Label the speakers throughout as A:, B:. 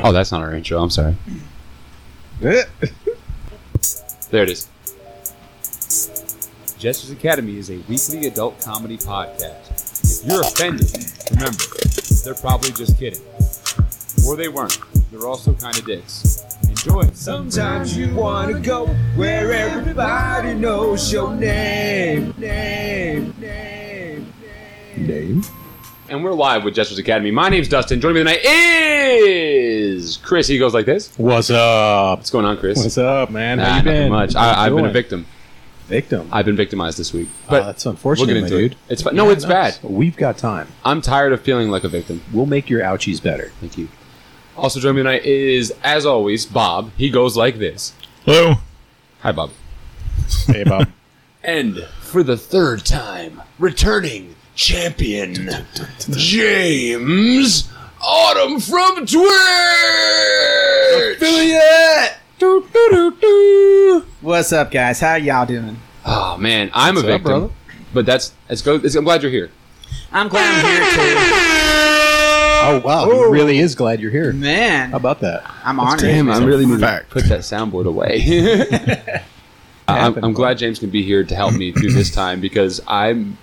A: Oh, that's not our intro. I'm sorry. There it is. Jester's Academy is a weekly adult comedy podcast. If you're offended, remember, they're probably just kidding. Or they weren't. They're also kind of dicks. Enjoy.
B: Sometimes you wanna go where everybody knows your name, name, name, name.
C: Name?
A: And we're live with Jester's Academy. My name's Dustin. Joining me tonight is Chris. He goes like this.
C: What's up?
A: What's going on, Chris?
C: What's up, man?
A: Nah,
C: How you
A: nothing
C: been?
A: much.
C: How you
A: I, I've been a
C: doing?
A: victim.
C: victim.
A: I've been victimized this week.
C: But
A: But
C: that's
A: we'll
C: unfortunate,
A: get
C: my
A: into
C: Uh, dude.
A: it. It's fine. No, it's bad.
C: We've got time.
A: I'm tired of feeling like a victim.
C: We'll make your ouchies better.
A: Thank you. Also joining me tonight is, as always, Bob. He goes like this.
D: Hello.
A: Hi, Bob.
D: Hey, Bob.
A: And for the third time, returning champion James Autumn from Twitch.
B: What's up, guys? How y'all doing?
A: Oh man, I'm a
C: What's up,
A: victim.
C: brother?
A: But that's it's go. It's, I'm glad you're here.
B: I'm glad I'm here
C: Oh wow,
B: Oh.
C: he really is glad you're
B: too.
C: here. How
B: Man,
C: about that?
B: I'm honored.
A: Damn, I'm really need to
D: fact.
A: put that soundboard away. I'm, I'm glad James can be here to help me through this time because I'm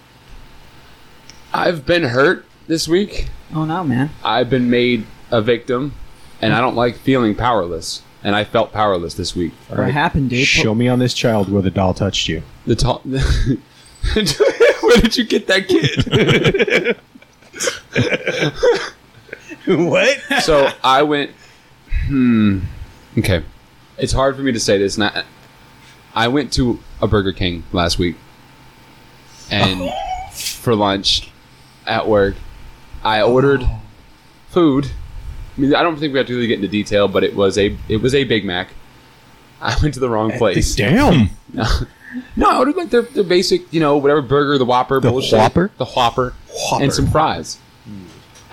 A: I've been hurt this week.
B: Oh no, man.
A: I've been made a victim, and I don't like feeling powerless. And I felt powerless this week.
C: All
B: What
C: right.
B: happened, dude?
C: Show me on this child where the doll touched you.
A: The ta- Where did you get that kid?
C: what?
A: so I went. Hmm. Okay. It's hard for me to say this. And I, I went to a Burger King last week, and for lunch at work, I ordered food. I mean, I don't think we have to really get into detail, but it was a it was a Big Mac. I went to the wrong place.
C: Damn.
A: No, I ordered like their, their basic, you know, whatever burger, the Whopper,
C: The
A: bullshit,
C: Whopper?
A: the Whopper,
C: Whopper.
A: and some fries.
C: Hmm.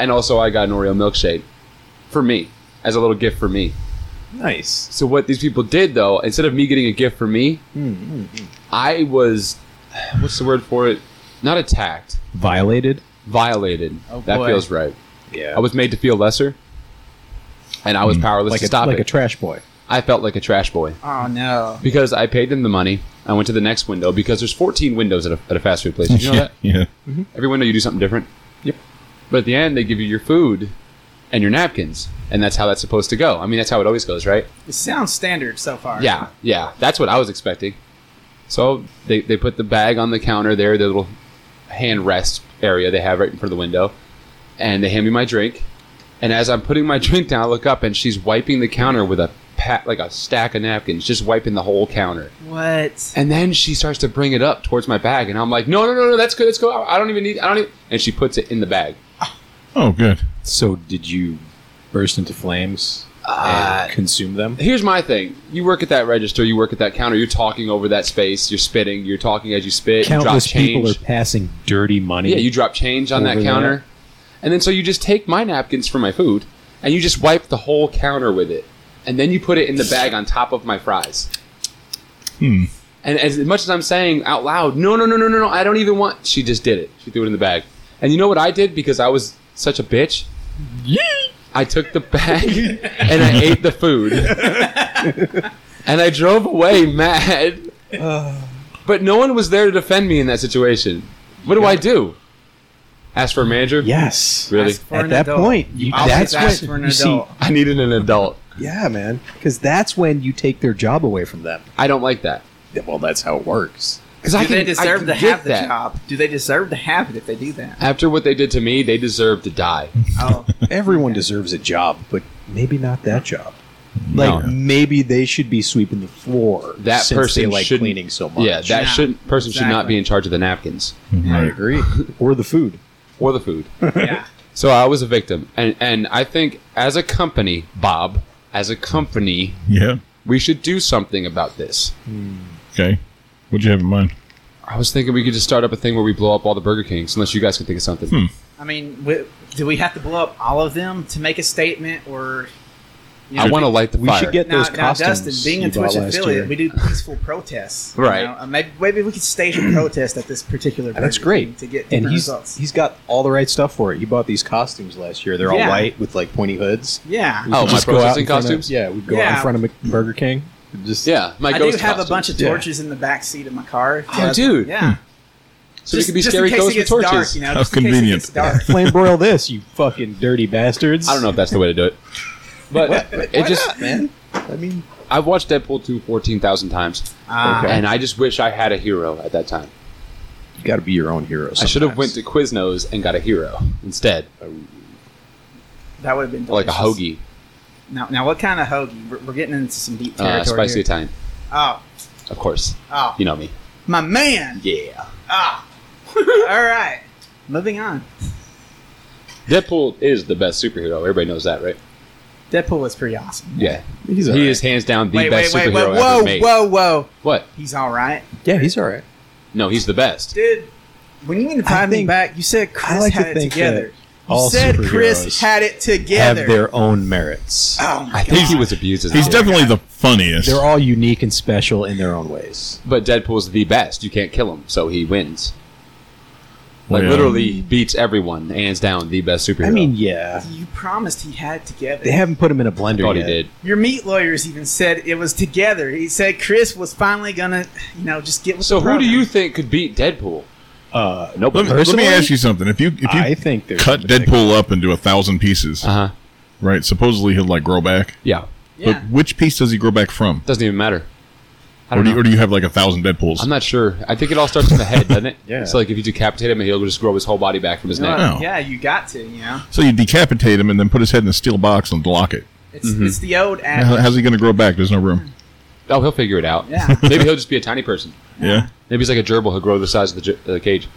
A: And also, I got an Oreo milkshake for me as a little gift for me.
C: Nice.
A: So what these people did though, instead of me getting a gift for me,
C: Hmm.
A: I was what's the word for it? Not attacked,
C: Violated.
A: violated.
B: Oh,
A: that
B: boy.
A: feels right.
C: Yeah.
A: I was made to feel lesser, and I was powerless
C: Hmm. like
A: to
C: a,
A: stop
C: like a
A: it.
C: trash boy.
A: I felt like a trash boy
B: Oh no.
A: because I paid them the money. I went to the next window because there's 14 windows at a, at a fast food place. Did you know that?
D: yeah.
A: Every window you do something different.
C: Yep.
A: But at the end, they give you your food and your napkins, and that's how that's supposed to go. I mean, that's how it always goes, right?
B: It sounds standard so far.
A: Yeah, yeah. That's what I was expecting. So they, they put the bag on the counter there, the little hand rest area they have right in front of the window, and they hand me my drink. And as I'm putting my drink down, I look up, and she's wiping the counter with a pat, like a stack of napkins, just wiping the whole counter.
B: What?
A: And then she starts to bring it up towards my bag, and I'm like, no, no, no, no, that's good, that's good. I I don't even need, I don't even. And she puts it in the bag.
D: Oh, good.
C: So did you burst into flames
A: Uh,
C: and consume them?
A: here's my thing. You work at that register, you work at that counter, you're talking over that space, you're spitting, you're talking as you spit,
C: Countless
A: you drop change.
C: people are passing dirty money.
A: yeah, you drop change on that
C: Over
A: counter.
C: there.
A: And then so you just take my napkins for my food and you just wipe the whole counter with it. And then you put it in the bag on top of my fries.
D: Hmm.
A: And as much as I'm saying out loud, no, no, no, no, no, no, I don't even want. She just did it. She threw it in the bag. And you know what I did because I was such a bitch? I took the bag and I ate the food. and I drove away mad. But no one was there to defend me in that situation. What do I do? Ask for a manager?
C: Yes.
A: Really?
B: Ask for
C: At
B: an
C: that
B: adult.
C: point, you,
B: I'll
C: that's
B: ask
C: when
B: for an
C: you see-
B: adult.
A: I needed an adult.
C: Yeah, man. Because that's when you take their job away from them.
A: I don't like that.
C: Well, that's how it works.
A: Because
B: Do
A: I can,
B: they
A: I
B: deserve
A: can
B: to
A: get
B: have the
A: that.
B: job? Do they deserve to have it if they do that?
A: After what they did to me, they deserve to die.
B: Oh,
C: Everyone deserves a job, but maybe not that job. Like
A: No.
C: maybe they should be sweeping the floor.
A: That
C: since
A: person
C: they like
A: shouldn't-
C: cleaning so much.
A: Yeah, that
B: Yeah,
A: shouldn't person should not
B: exactly.
A: be in charge of the napkins
C: I agree. or the food.
A: or the food.
B: yeah.
A: So I was a victim, and and I think as a company, Bob, as a company,
D: Yeah.
A: we should do something about this.
D: Okay. What'd you have in mind?
A: I was thinking we could just start up a thing where we blow up all the Burger Kings, unless you guys can think of something.
B: I mean, w do we have to blow up all of them to make a statement, or
A: I want to light the
C: We
A: fire.
C: should get
B: Now,
C: those
B: now
C: costumes.
B: Dustin, being
C: you
B: a Twitch
C: bought last
B: affiliate,
C: year.
B: we do peaceful protests. you
A: Right.
B: know? Uh, maybe, maybe we could stage a protest at this particular.
C: And that's
B: Burger
C: great.
B: King To get
C: and
B: different
C: he's
B: results.
C: he's got all the right stuff for it. You bought these costumes last year. They're
B: Yeah.
C: all white with like pointy hoods.
A: Oh,
B: yeah.
C: We'd
A: my
C: just go out
A: processing
C: in front of-
A: costumes?
C: yeah, we'd go out
B: Yeah.
C: in front of Mc- Burger King. Just
A: yeah, my
B: I do
A: ghost
B: have a bunch of
C: Yeah.
B: torches in the back seat of my car. if you
A: Oh,
B: guys-
A: dude.
B: Yeah.
A: so we
B: Just-
A: could be
B: just in
A: scary
B: case it
A: ghosts with
B: gets
A: torches.
B: Dark, you know,
D: How
B: just in case it
D: convenient.
B: gets dark.
C: flame broil this, you fucking dirty bastards.
A: I don't know if that's the way to do it, but it just
C: man. I mean,
A: I've watched Deadpool 2 14,000 times,
B: Ah.
C: Okay.
A: and I just wish I had a hero at that time.
C: you got to be your own hero.
A: I should have went
C: sometimes.
A: to Quiznos and got a hero instead,
B: That would have been
A: or like a
B: delicious.
A: hoagie,
B: Now, now, what kind of hoagie? We're, we're getting into some deep territory.
A: uh, spicy
B: here.
A: Italian,
B: Oh,
A: of course.
B: oh,
A: You know me.
B: my man.
A: Yeah.
B: Ah, all right. Moving on.
A: Deadpool is the best superhero. Everybody knows that, right?
B: Deadpool was pretty awesome.
A: Yeah.
C: He's all
A: he
C: right.
A: is hands down the
B: wait,
A: best
B: wait, wait,
A: superhero
B: wait!
A: ever
B: Whoa,
A: made.
B: whoa, whoa!
A: What?
B: He's all right,
C: Yeah, he's all right.
A: No, he's the best.
B: dude. When you mean to tie
C: I
B: me
C: think-
B: back, you said Chris
C: I like
B: had
C: to
B: it
C: think
B: together.
C: that all
B: you said
C: superheroes
B: Chris had it
C: have
B: together.
C: their own merits.
B: oh my
A: I think
B: God.
A: he was abused as a
D: He's
A: kid.
D: definitely the funniest.
C: They're all unique and special in their own ways.
A: But Deadpool's the best. You can't kill him, so he wins. Like
D: Oh, Yeah.
A: literally beats everyone, hands down the best superhero.
C: I mean, yeah,
B: You promised he had it together.
C: they haven't put him in a blender
A: thought he
C: yet.
A: did.
B: Your meat lawyers even said it was together. He said Chris was finally gonna, you know, just get with
A: So
B: the
A: who do
B: program.
A: you think could beat Deadpool?
C: Uh,
A: Nobody.
D: let, me, let me
C: Personally,
D: ask you something. If you if you
C: I think there's
D: cut
C: something-
D: Deadpool up into a thousand pieces,
A: Uh huh.
D: right? Supposedly he'll like grow back.
A: Yeah.
B: Yeah.
D: But which piece does he grow back from?
A: Doesn't even matter. I
D: Or
A: don't
D: do, you,
A: know.
D: or do you have like a thousand Deadpools?
A: I'm not sure. I think it all starts in the head, doesn't it?
C: Yeah.
A: So like if you decapitate him, he'll just grow his whole body back from his neck.
B: Uh,
D: No.
B: Yeah, you got to, you know.
D: so you decapitate him and then put his head in a steel box and lock it.
B: It's
C: Mm-hmm.
B: it's the old
D: How-
B: ad.
D: How's he going to grow back? There's no room.
A: Oh, he'll figure it out.
B: Yeah.
A: Maybe he'll just be a tiny person.
D: Yeah.
A: Maybe he's like a gerbil. He'll grow the size of the, ge- uh, cage.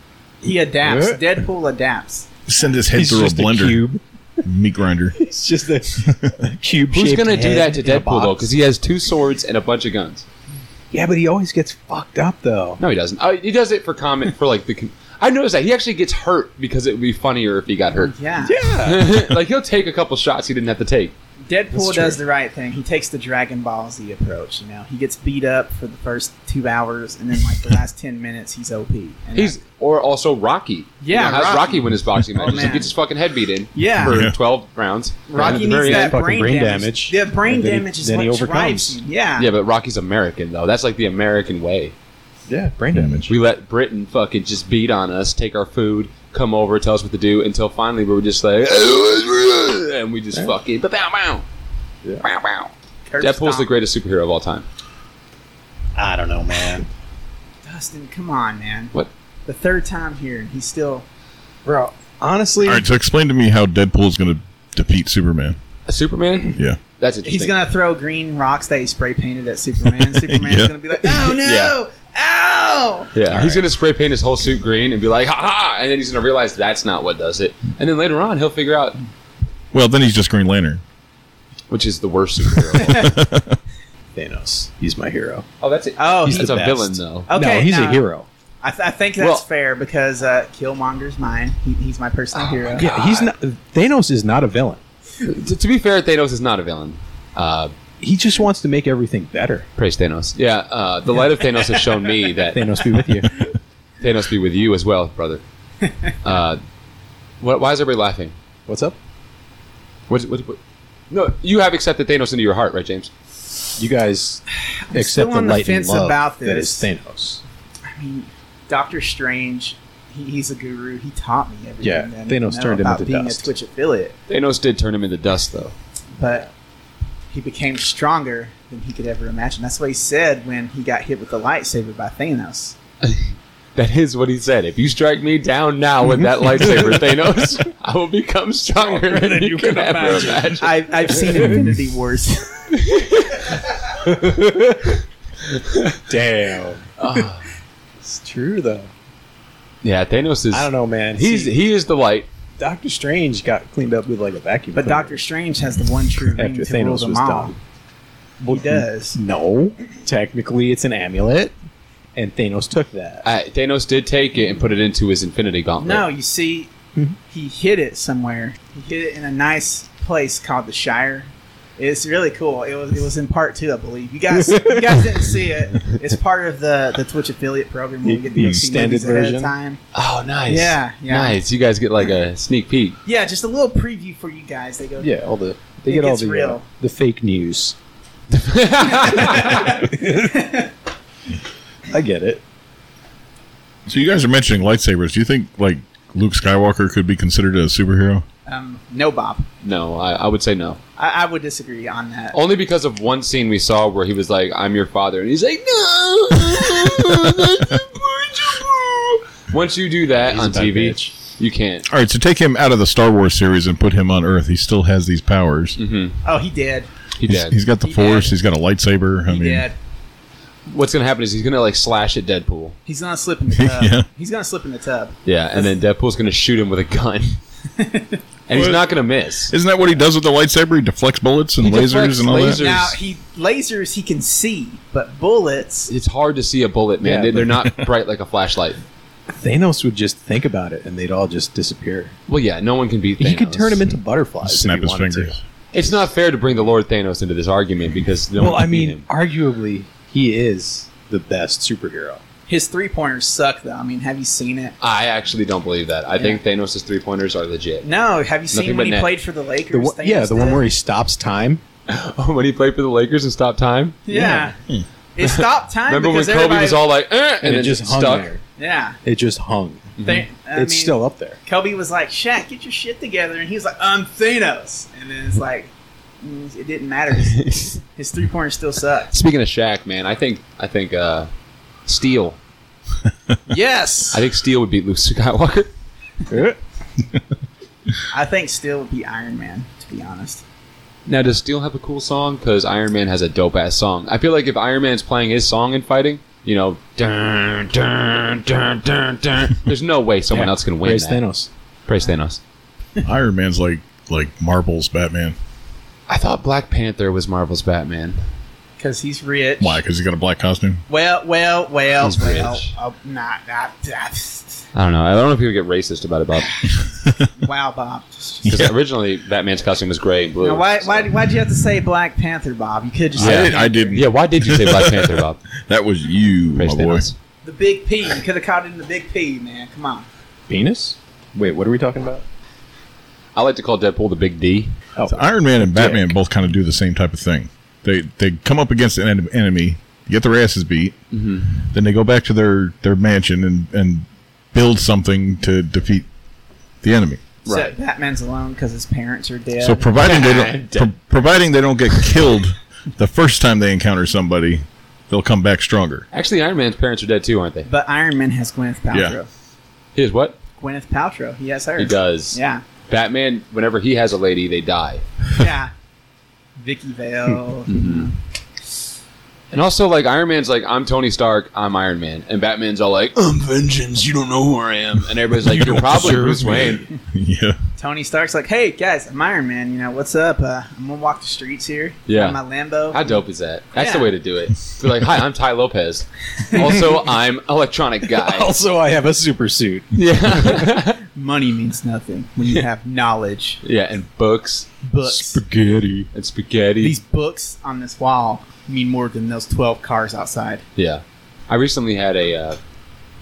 B: He adapts.
C: Yeah.
B: Deadpool adapts.
D: Send his head
C: He's
D: through
C: just
D: a blender.
C: cube.
D: Meat grinder.
C: It's just a cube.
A: Who's gonna do that to Deadpool though? Because he has two swords and a bunch of guns.
C: yeah, but he always gets fucked up though.
A: No, he doesn't. Uh, he does it for comment for like the. Con- I noticed that he actually gets hurt because it would be funnier if he got hurt.
B: Yeah.
C: Yeah,
A: like he'll take a couple shots he didn't have to take.
B: Deadpool
C: That's
B: does
C: true.
B: the right thing. He takes the Dragon Ball Z approach. You know, he gets beat up for the first two hours, and then like the last ten minutes, he's OP. And
A: He's or also Rocky.
B: Yeah,
A: you know, how's Rocky.
B: Rocky. Oh,
A: win his boxing matches? he
B: man.
A: gets his fucking head beat in
B: Yeah.
A: for
D: Yeah.
A: twelve rounds. And at
B: Rocky
A: the very
B: needs that
A: end-
C: fucking
B: brain,
C: brain damage.
B: damage. The brain
C: And then he-
B: damage is
C: then he
B: what
C: overcomes.
B: drives you. Yeah.
A: Yeah, but Rocky's American though. That's like the American way.
C: yeah, brain damage.
A: We let Britain fucking just beat on us, take our food, come over, tell us what to do, until finally we were just like, and we just
C: Yeah.
A: fucking bow bow.
C: Yeah.
A: Bow bow.
B: Curb
A: Deadpool's the
B: stomp.
A: greatest superhero of all time.
C: I don't know, man.
B: Dustin, come on, man.
A: What?
B: The third time here, and he's still.
C: Bro, honestly,
D: All right. So explain to me how Deadpool is going to defeat Superman.
A: A Superman?
D: Yeah.
A: That's interesting.
B: He's gonna throw green rocks that he spray painted at Superman. Superman's
D: Yeah.
B: gonna be like, "Oh no,
A: Yeah.
B: ow!"
A: Yeah,
C: All
A: he's
C: right.
A: gonna spray paint his whole suit green and be like, ha ha, and then he's gonna realize that's not what does it, and then later on he'll figure out
D: Well, then he's just Green Lantern.
A: which is the worst superhero.
C: Thanos, he's my hero.
A: oh, that's it.
B: Oh,
A: he's
B: he-
A: that's a
C: the best. Oh.
A: villain though.
B: Okay,
C: no, he's
B: now,
C: a hero.
B: I, th- I think that's
A: Well-
B: fair because uh, Killmonger's mine. He, he's my
A: Oh,
B: personal hero.
C: Yeah, he's not. Thanos is not a villain.
A: To, to be fair, Thanos is not a villain. Uh,
C: He just wants to make everything better.
A: praise Thanos. Yeah, uh, the light of Thanos has shown me that
C: Thanos be with you.
A: Thanos be with you as well, brother. Uh, wh- why is everybody laughing?
C: What's up?
A: What, what, what- No, you have accepted Thanos into your heart, right, James?
C: You guys
B: still
C: accept the
B: on the
C: light and
B: fence
C: love
B: about
C: that is
B: this.
C: Thanos.
B: I mean, Doctor Strange. He, he's a guru. He taught me everything.
C: Yeah,
B: that I
C: Thanos
B: know
C: turned him
B: about
C: into
B: being
C: dust.
B: a Twitch affiliate,
A: Thanos did turn him into dust, though.
B: but he became stronger than he could ever imagine. That's what he said when he got hit with the lightsaber by Thanos.
A: That is what he said. If you strike me down now with that lightsaber, Thanos, I will become stronger than you can ever imagine.
B: I, I've seen Infinity Wars.
C: Damn. Ah, it's true though.
A: Yeah, Thanos is.
C: I don't know, man.
A: He's
C: He's
A: he is the light.
C: Doctor Strange got cleaned up with like a vacuum.
B: But
C: cleaner
B: Doctor Strange has the one true ring
C: after
B: to rule
C: Thanos
B: them
C: was
B: all.
C: done.
B: He does.
C: No, technically it's an amulet, and Thanos took that.
A: Uh, Thanos did take it and put it into his Infinity Gauntlet.
B: No, you
C: Mm-hmm.
B: see, he hid it somewhere. He hid it in a nice place called the Shire, It's really cool. It was it was in part two, I believe. You guys you guys didn't see it. It's part of the, the Twitch affiliate program. Where you get to
C: The
B: go see
C: extended
B: movies ahead
C: version?
B: of time.
A: Oh, nice.
B: Yeah, yeah.
A: Nice. You guys get like a sneak peek.
B: Yeah, just a little preview for you guys. They go.
C: Yeah, all the they
B: It
C: get all
B: gets
C: the uh,
B: real.
C: the fake news. I get it.
D: So you guys are mentioning lightsabers. Do you think like Luke Skywalker could be considered a superhero?
B: Um, no, Bob.
A: no, I, I would say no.
B: I, I would disagree on that.
C: Oh.
A: Only because of one scene we saw where he was like, "I'm your father," and he's like, "No." that's a boy, Jabu." Once you do that
C: He's a
A: on
C: bad
A: TV,
C: bitch.
A: you can't.
D: All right, so take him out of the Star Wars series and put him on Earth. He still has these powers.
A: hmm
B: oh, he did.
A: He
D: He's-
A: dead.
D: he's got the
B: He
D: Force.
B: did.
D: He's got a lightsaber. I
B: He
D: mean,
B: did.
A: What's gonna happen is he's gonna like slash at Deadpool.
B: He's gonna slip in the tub.
D: Yeah.
B: He's gonna slip in the tub.
A: Yeah, and then Deadpool's gonna shoot him with a gun, and he's
D: What?
A: not gonna miss.
D: isn't that what he does with the lightsaber? He deflects bullets and
A: He deflects
D: lasers and all
A: lasers.
D: that.
B: Now he lasers he can see, but bullets.
A: It's hard to see a bullet, man.
C: Yeah,
A: they,
C: but-
A: they're not bright like a flashlight.
C: Thanos would just think about it, and they'd all just disappear.
A: Well, yeah, no one can beat. Thanos.
C: He could turn him into butterflies.
D: Snap
C: if he
D: his
C: wanted to.
D: fingers.
A: It's not fair to bring the Lord Thanos into this argument because no
C: Well,
A: one can
C: I mean,
A: beat him.
C: arguably, he is the best superhero.
B: His three pointers suck though. I mean, have you seen it?
A: I actually don't believe that. I think Thanos' three pointers are legit.
B: No. Have you seen
A: Nothing but
B: when he
A: net.
B: played for the Lakers?
C: The one,
B: Thanos
C: yeah, the one
B: did?
C: where he stops time.
A: when he played for the Lakers and stopped time,
B: Yeah. It stopped time.
A: remember when
B: because
A: Kobe
B: everybody-
A: was all like, eh, and,
C: And,
A: then
C: it just hung
A: stuck.
C: there.
B: Yeah.
C: It just hung.
A: Mhm.
B: They- I
C: it's
B: mean,
C: still up there.
B: Kobe was like, Shaq, get your shit together. And he was like, I'm Thanos. And then it's like, mm, it didn't matter. His, his three pointer still sucked.
A: Speaking of Shaq, man, I think I think uh, Steel.
B: Yes.
A: I think Steel would beat Luke Skywalker.
B: I think still would be Iron Man, to be honest.
A: Now, does Steel have a cool song? Because Iron Man has a dope ass song. I feel like if Iron Man's playing his song and fighting, you know, dun, dun, dun, dun, dun, there's no way someone
C: Yeah.
A: else can win
C: Raise
A: that.
C: Thanos.
A: Praise Thanos.
D: Iron Man's like like Marvel's Batman.
A: I thought Black Panther was Marvel's Batman.
B: Because he's rich.
D: Why? Because he's got a black costume.
B: Well, well, well,
A: He's
B: well.
A: rich.
B: Oh, nah, nah, nah.
A: I don't know. I don't know if people get racist about it, Bob.
B: Wow, Bob.
A: Because
D: Yeah.
A: originally, Batman's costume was gray and blue.
B: Now, why,
A: so-
B: why, why'd you have to say Black Panther, Bob? You could just
D: I,
B: say
D: did, I didn't.
A: Yeah, why did you say Black Panther, Bob?
D: That was you,
A: Praise
D: my boy.
A: Thanos.
B: the big P. You could have called him the big P, man. Come on.
C: Penis? Wait, what are we talking about?
A: I like to call Deadpool the Big D.
C: Oh,
D: So Iron Man and Batman
C: Dick.
D: both kind of do the same type of thing. They they come up against an en- enemy, get their asses beat,
B: Mm-hmm.
D: then they go back to their, their mansion and, and build something to defeat the enemy.
A: Right.
B: So Batman's alone because his parents are dead.
D: So providing they don't
A: Dick.
D: pro- providing they don't get killed the first time they encounter somebody, they'll come back stronger.
A: Actually, Iron Man's parents are dead too, aren't they?
B: but Iron Man has Gwyneth Paltrow.
A: He is what?
B: Gwyneth Paltrow. He has her.
A: He does.
B: Yeah.
A: Batman, whenever he has a lady, they die.
B: Yeah. Vicky Vale.
A: And also, like, Iron Man's like, I'm Tony Stark, I'm Iron Man. And Batman's all like, I'm vengeance, you don't know who I am. And everybody's like,
D: You
A: You're
D: don't
A: probably
D: deserve
A: Bruce
D: me."
A: Wayne.
D: yeah.
B: Tony Stark's like, hey guys, I'm Iron Man. You know what's up? Uh, I'm gonna walk the streets here.
A: Yeah.
B: In my Lambo.
A: How dope is that? That's the
B: Yeah.
A: way to do it. Be like, Hi, I'm Ty Lopez. Also, I'm Electronic Guy.
C: Also, I have a super suit.
A: yeah.
B: Money means nothing when you have knowledge.
A: yeah, and books
B: Books.
C: Spaghetti.
A: and spaghetti.
B: These books on this wall mean more than those twelve cars outside.
A: Yeah, I recently had a uh,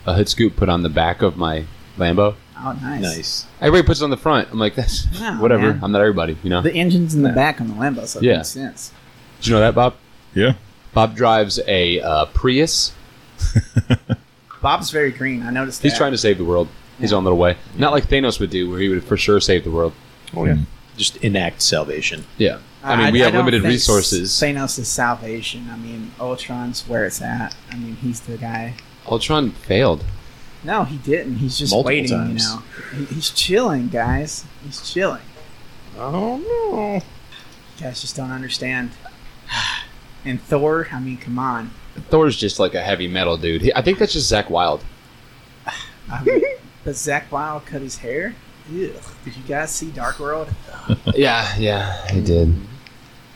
A: a hood scoop put on the back of my Lambo.
B: Oh, nice.
C: Nice.
A: Everybody puts it on the front. I'm like, that's
B: Wow,
A: whatever.
B: Oh, man.
A: I'm not everybody, you know.
B: The engine's in the back on the Lambo, so it
A: Yeah.
B: makes sense.
A: Did you know that, Bob?
D: Yeah.
A: Bob drives a uh, Prius.
B: Bob's very green. I noticed.
A: He's
B: that.
A: trying to save the world. His own little way. Not like Thanos would do, where he would for sure save the world.
C: Oh, yeah. Just enact salvation.
A: Yeah. I mean, we have
B: don't
A: limited
B: think
A: resources.
B: Thanos is salvation. I mean, Ultron's where it's at. I mean, he's the guy.
A: Ultron failed.
B: No, he didn't. He's just
C: Multiple
B: waiting.
C: times.
B: You know, He- he's chilling, guys. He's chilling.
C: Oh, no.
B: You guys just don't understand. And Thor, I mean, come on.
A: Thor's just like a heavy metal dude. He, I think that's just Zach Wild.
B: I- but Zach Wild cut his hair. Ugh. Did you guys see Dark World?
A: yeah, yeah, he did.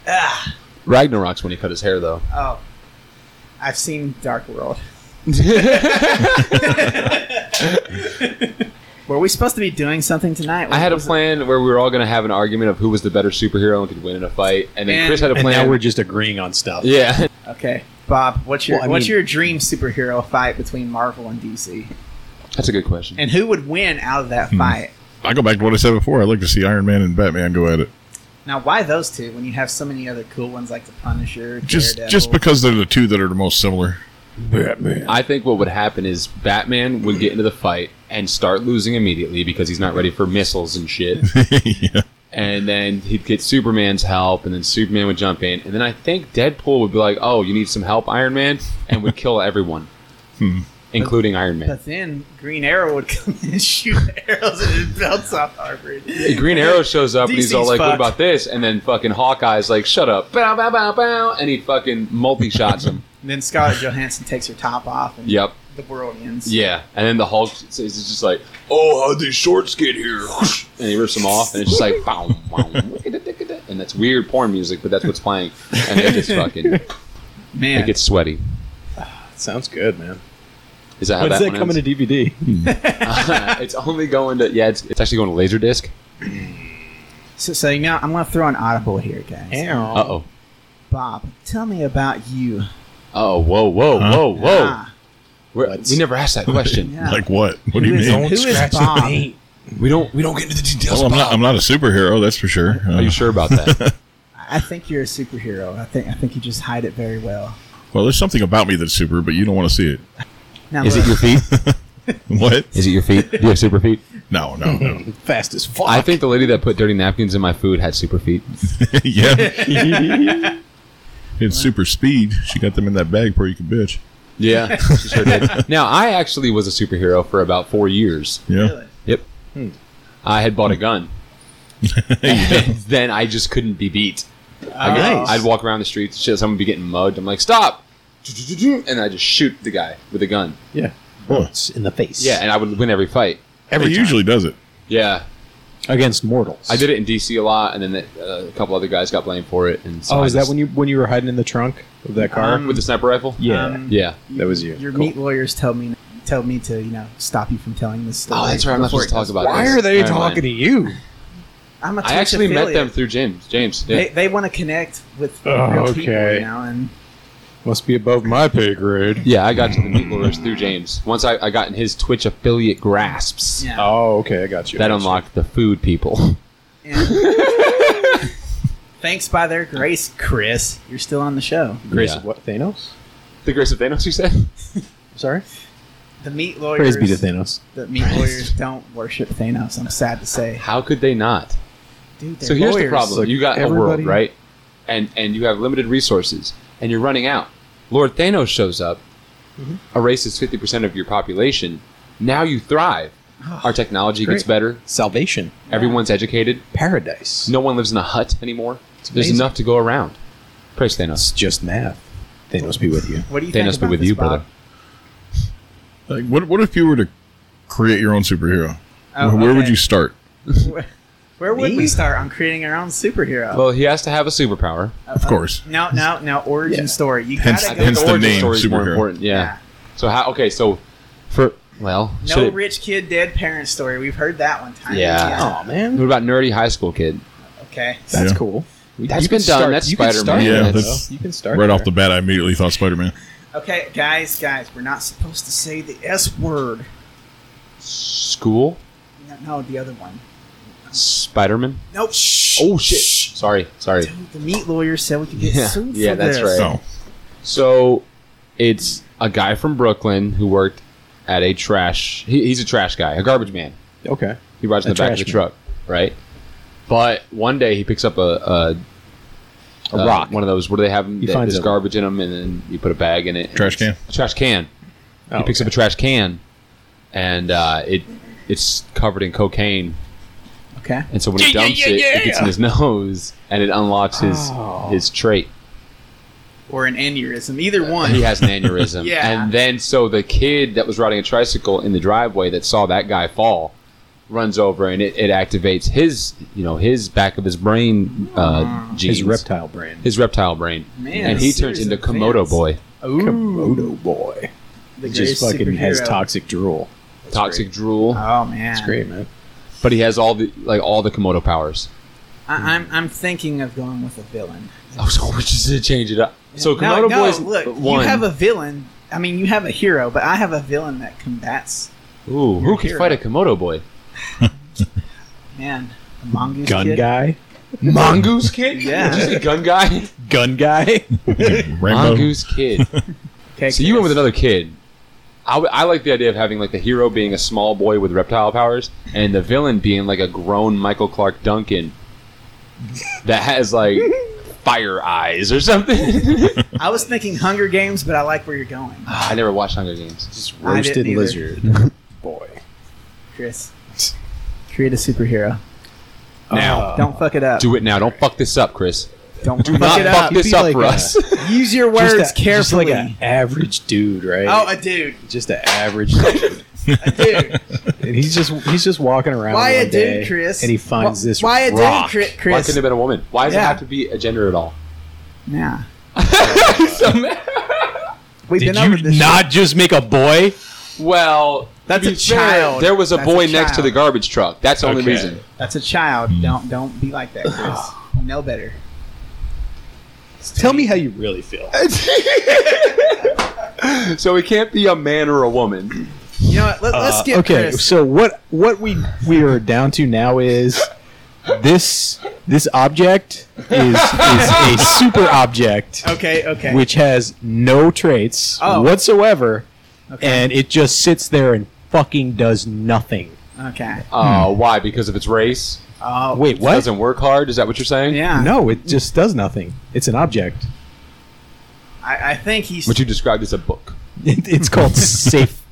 B: Ah.
A: Ragnarok's when he cut his hair, though.
B: Oh, I've seen Dark World. Were we supposed to be doing something tonight?
A: I had a
B: Was it-
A: plan where we were all going to have an argument of who was the better superhero and could win in a fight, and then
B: And-
A: Chris had a
C: And
A: plan.
C: now we're just agreeing on stuff.
A: yeah,
B: Okay, Bob, what's your
C: Well, I
B: what's
C: mean-
B: your dream superhero fight between Marvel and DC,
A: that's a good question.
B: and who would win out of that fight?
D: I go back to what I said before. I'd like to see Iron Man and Batman go at it.
B: Now, why those two when you have so many other cool ones like the Punisher,
D: Just
B: Daredevil?
D: just because they're the two that are the most similar. Batman.
A: I think what would happen is Batman would get into the fight and start losing immediately because he's not ready for missiles and shit.
D: yeah.
A: and then he'd get Superman's help, and then Superman would jump in, and then I think Deadpool would be like, "Oh, you need some help, Iron Man," and would kill everyone, including Iron Man.
B: But then Green Arrow would come in and shoot arrows and it belts off Harvard.
A: Green Arrow shows up and he's all
B: DC's
A: like, "What
B: fucked.
A: about this?" And then fucking Hawkeye's like, "Shut up!" Bow, bow, bow, bow, and he fucking multi shots him.
B: And then Scarlett Johansson takes her top off and
A: yep.
B: the world ends.
A: Yeah. And then the Hulk is is just like, "Oh, how'd these shorts get here?" And he rips them off, and it's just like, "Bow, wow, and that's weird porn music, but that's what's playing, and it just fucking it
B: Man,
A: gets sweaty.
C: Sounds good, man.
A: Is that how
C: When's
A: that,
C: that,
A: one
C: coming
A: ends?
C: to DVD?
A: it's only going to yeah, it's, it's actually going to Laserdisc.
B: so, so you know, I'm going to throw an audible here, guys.
A: Uh oh.
B: Bob, tell me about you.
A: Oh whoa whoa
D: Huh?
A: whoa whoa.
B: Ah,
A: We're-
C: What's-
A: we never asked that question.
B: Yeah.
D: Like what? What do you
B: Who is-
D: mean?
B: who is Bob?
A: We don't we don't get into the details.
D: Well, I'm not.
A: Bob.
D: I'm not a superhero. That's for sure.
A: Are you
D: Uh,
A: sure about that?
B: I think you're a superhero. I think I think you just hide it very well.
D: Well, there's something about me that's super, but you don't want to see it.
B: Now,
A: Is it
B: look,
A: your feet?
D: What?
A: Is it your feet? Do you have super feet?
D: No, no, no.
C: Fast as fuck.
A: I think the lady that put dirty napkins in my food had super feet.
D: yeah. it's super speed. She got them in that bag before you could bitch.
A: Yeah, she sure did. Now I actually was a superhero for about four years.
D: Yeah.
B: really?
A: Yep.
C: Hmm.
A: I had bought a gun. And then I just couldn't be beat. I get-
B: Nice.
A: I'd walk around the streets, shit, someone would be getting mugged. I'm like, stop! And I just shoot the guy with a gun.
C: yeah.
D: Oh.
C: It's in the face.
A: Yeah, and I would win every fight.
D: Every
C: time.
D: usually does it.
A: Yeah,
C: against mortals.
A: I did it in DC a lot, and then uh, a couple other guys got blamed for it. And so
C: Oh,
A: I
C: is
A: just- Mm.
C: that when you when you were hiding in the trunk of that car?
B: Um,
A: with the sniper rifle?
C: yeah,
B: um,
A: yeah.
C: that was you.
B: Your
C: Cool.
B: meat lawyers tell me tell me to you know stop you from telling this story.
A: Oh, that's right. I'm not
B: before
A: supposed to talk
B: it
A: about.
C: Why
A: this.
C: are they
A: Never
C: talking to
A: mind.
C: you?
B: goes- I'm a
A: I
B: Twitch
A: actually met
B: affiliate.
A: them through James. James. Yeah.
B: They, they want to connect with
C: Oh,
B: real people,
C: okay.
B: you know, and
C: Must be above my pay grade.
A: Yeah, I got to the meat lovers through James. Once I, I got in his Twitch affiliate grasps,
B: yeah.
C: Oh, okay, I got you.
A: that
C: I got you.
A: unlocked the food people.
B: And- Thanks by their grace, Chris. You're still on the show.
C: Grace
A: Yeah.
C: of what Thanos?
A: The grace of Thanos, you said?
C: Sorry,
B: The meat lawyers.
C: praise be to Thanos.
B: The meat lawyers don't worship Thanos. I'm sad to say.
A: How could they not?
B: Dude, they're
A: so here's the
B: lawyers.
A: problem:
C: Look,
A: you got a world,
C: everybody-
A: right? And and you have limited resources, and you're running out. Lord Thanos shows up,
B: Mm-hmm.
A: erases fifty percent of your population. Now you thrive. Our technology gets
C: Great.
A: better.
C: Salvation,
A: Everyone's educated.
C: paradise.
A: No one lives in a hut anymore. There's
C: amazing.
A: enough to go around. Praise Thanos.
C: it's just math. Thanos be with you.
B: What do you think
A: Thanos be
B: about
A: with
B: this,
A: you,
B: Bob?
A: brother.
D: Like, what? What if you were to create your own superhero?
B: Oh,
D: where, where would
B: okay.
D: you start?
B: Where, where would we start on creating our own superhero? Uh,
A: Well, he has to have a superpower.
D: Of course.
B: no, no, no. Origin
C: Yeah.
B: story. You
D: Hence-
B: gotta go.
D: hence the
A: origin
D: name,
A: story's more
D: superhero.
A: important. Yeah.
B: Yeah.
A: So how? Okay. So for well, should
B: No
A: it-
B: rich kid, dead parent story. We've heard that one time.
A: Yeah. Oh.
C: Oh
A: what
C: man,
A: about nerdy high school kid?
B: Okay.
C: that's
D: Yeah.
C: cool.
A: That's
C: You can
A: been done.
C: start-
A: That's
C: you can
A: Spider-Man.
C: start
D: Yeah,
C: there,
D: that's
C: though. you can start
D: right off
C: there.
D: the bat, I immediately thought Spider Man.
B: Okay, guys, guys, we're not supposed to say the S word.
A: School
B: No, no the other one.
A: Spider Man.
B: Nope. Shh.
A: Oh shit! Sorry, sorry.
B: Dude, the meat lawyer said we could get
A: Yeah.
B: sued
A: Yeah,
B: for
A: that's
B: this.
A: right.
D: Oh,
A: So it's a guy from Brooklyn who worked at a trash. He, he's a trash guy, a garbage man.
C: Okay,
A: He rides in
C: A
A: the back of
C: trash
A: the
C: man.
A: truck, right? But one day he picks up a, a,
C: A
A: uh,
C: rock.
A: one of those. What do they have? He
C: finds
A: finds
C: it.
A: garbage in them, and then you put a bag in it.
D: Trash can?
A: A trash can.
C: Oh,
A: he picks up a trash can, and uh, it it's covered in cocaine.
B: Okay.
A: And so when he
C: Yeah, yeah,
A: dumps
C: yeah,
A: it,
C: yeah.
A: it gets in his nose, and it unlocks his
C: Oh.
A: his trait.
B: Or an aneurysm. Either one.
A: He has an aneurysm.
B: Yeah.
A: And then so the kid that was riding a tricycle in the driveway that saw that guy fall runs over and it, it activates his you know his back of his brain uh, genes.
C: his reptile brain.
A: his reptile brain.
B: Man,
A: and he
B: this
A: turns
B: series
A: into
B: of
A: Komodo
B: events.
A: boy.
C: Komodo boy.
B: the
C: Just
B: greatest
C: fucking has
B: superhero.
C: toxic drool.
A: toxic drool.
B: Oh man,
C: It's great, man.
A: but he has all the like all the Komodo powers.
B: I, I'm I'm thinking of going with a villain.
A: Oh, so we're just gonna change it up. So
B: No,
A: Komodo
B: no,
A: Boy's
B: look,
A: one.
B: you have a villain. I mean, you have a hero, but I have a villain that combats.
A: Ooh, who could
B: hero.
A: fight a Komodo Boy?
B: Man, a mongoose
C: Gun
B: kid.
C: guy.
A: Mongoose Kid?
B: Yeah.
A: Did you say gun guy?
C: Gun guy.
D: Rainbow.
A: Mongoose Kid.
B: Okay,
A: So you went with another kid. I, w- I like the idea of having like the hero being a small boy with reptile powers, and the villain being like a grown Michael Clark Duncan that has like fire eyes or something.
B: I was thinking Hunger Games, but I like where you're going,
A: I never watched Hunger Games.
C: Just
B: I
C: roasted
B: didn't either.
C: lizard. Boy.
B: Chris. Create a superhero.
A: Now.
C: Uh,
B: Don't fuck it up.
A: Do it now. Don't fuck this up, Chris.
B: Don't
A: Do not
B: fuck it
A: fuck
B: up. uh,
C: You'd
A: this
C: be
A: up
C: like
A: for
C: a-
A: us.
B: Use your
C: just
B: words
C: a-
B: carefully.
C: Just like an average dude, right?
B: oh, a dude,
C: just an average. dude.
B: a dude.
C: and he's just he's just walking around.
B: Why a
C: one
B: dude,
C: day,
B: Chris?
C: And he finds
B: Wh-
C: this.
B: Why a
C: rock.
B: dude, Chri-
A: Why
B: Chris?
A: couldn't it have been a woman? Why does it
B: Yeah.
A: have to be a gender at all?
B: Nah.
A: So, man-
B: We've
E: Did
B: been over
E: you
B: this.
E: not just make a boy?
A: well, to
B: That's
A: be
B: a child.
A: there was a
B: That's
A: boy
B: a
A: next to
B: child.
A: the garbage truck. That's the only
E: Okay.
A: reason.
B: shit. That's a child.
C: Hmm.
B: Don't don't be like that, Chris. You know better.
C: Tell me how you really feel.
A: so it can't be a man or a woman.
B: You know what? Let, let's
C: Uh,
B: skip
C: okay,
B: Chris.
C: so what what we we are down to now is this this object is is a super object
B: Okay, okay.
C: which has no traits
B: Oh.
C: whatsoever,
B: Okay.
C: and it just sits there and fucking does nothing.
B: okay.
A: Uh, Why? Because of its race?
B: Oh,
C: Wait,
A: It
C: what?
A: doesn't work hard? Is that what you're saying?
B: yeah.
C: Uh, No, it just does nothing. It's an object.
B: I, I think he's.
A: What you described as a book.
C: It, it's called safe.